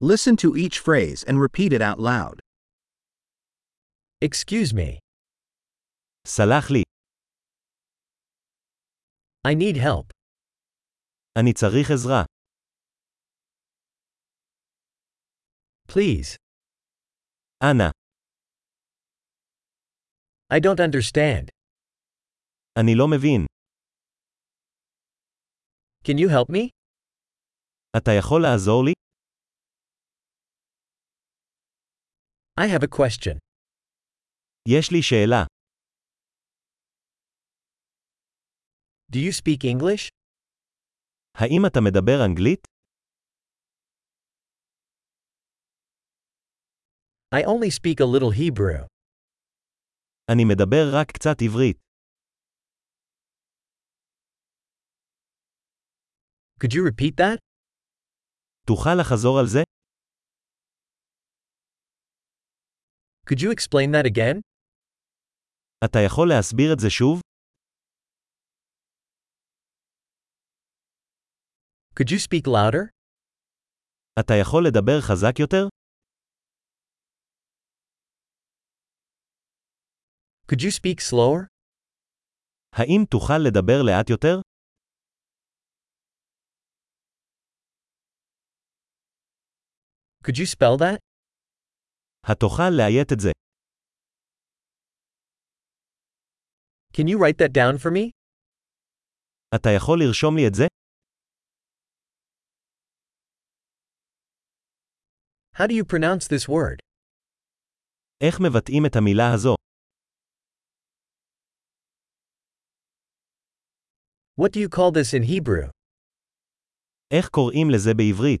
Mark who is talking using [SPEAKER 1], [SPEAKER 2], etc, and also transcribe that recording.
[SPEAKER 1] Listen to each phrase and repeat it out loud.
[SPEAKER 2] Excuse me.
[SPEAKER 3] סלח לי,
[SPEAKER 2] I need help.
[SPEAKER 3] אני צריך עזרה.
[SPEAKER 2] Please.
[SPEAKER 3] אנא,
[SPEAKER 2] I don't understand.
[SPEAKER 3] אני לא מבין.
[SPEAKER 2] Can you help me?
[SPEAKER 3] אתה יכול לעזור לי?
[SPEAKER 2] I have a question.
[SPEAKER 3] יש לי שאלה.
[SPEAKER 2] Do you speak English?
[SPEAKER 3] האם אתה מדבר אנגלית?
[SPEAKER 2] I only speak a little Hebrew.
[SPEAKER 3] אני מדבר רק קצת עברית.
[SPEAKER 2] Could you repeat that?
[SPEAKER 3] תוכל לחזור על זה?
[SPEAKER 2] Could you explain that again?
[SPEAKER 3] אתה יכול להסביר את זה שוב?
[SPEAKER 2] Could you speak louder?
[SPEAKER 3] אתה יכול לדבר חזק יותר?
[SPEAKER 2] Could you speak slower?
[SPEAKER 3] האם תוכל לדבר לאט יותר?
[SPEAKER 2] Could you spell that?
[SPEAKER 3] התוכל לאיית את זה.
[SPEAKER 2] Can you write that down for me?
[SPEAKER 3] אתה יכול לרשום לי את זה?
[SPEAKER 2] How do you pronounce this word?
[SPEAKER 3] איך מבטאים את המילה הזו?
[SPEAKER 2] What do you call this in Hebrew?
[SPEAKER 3] איך קוראים לזה בעברית?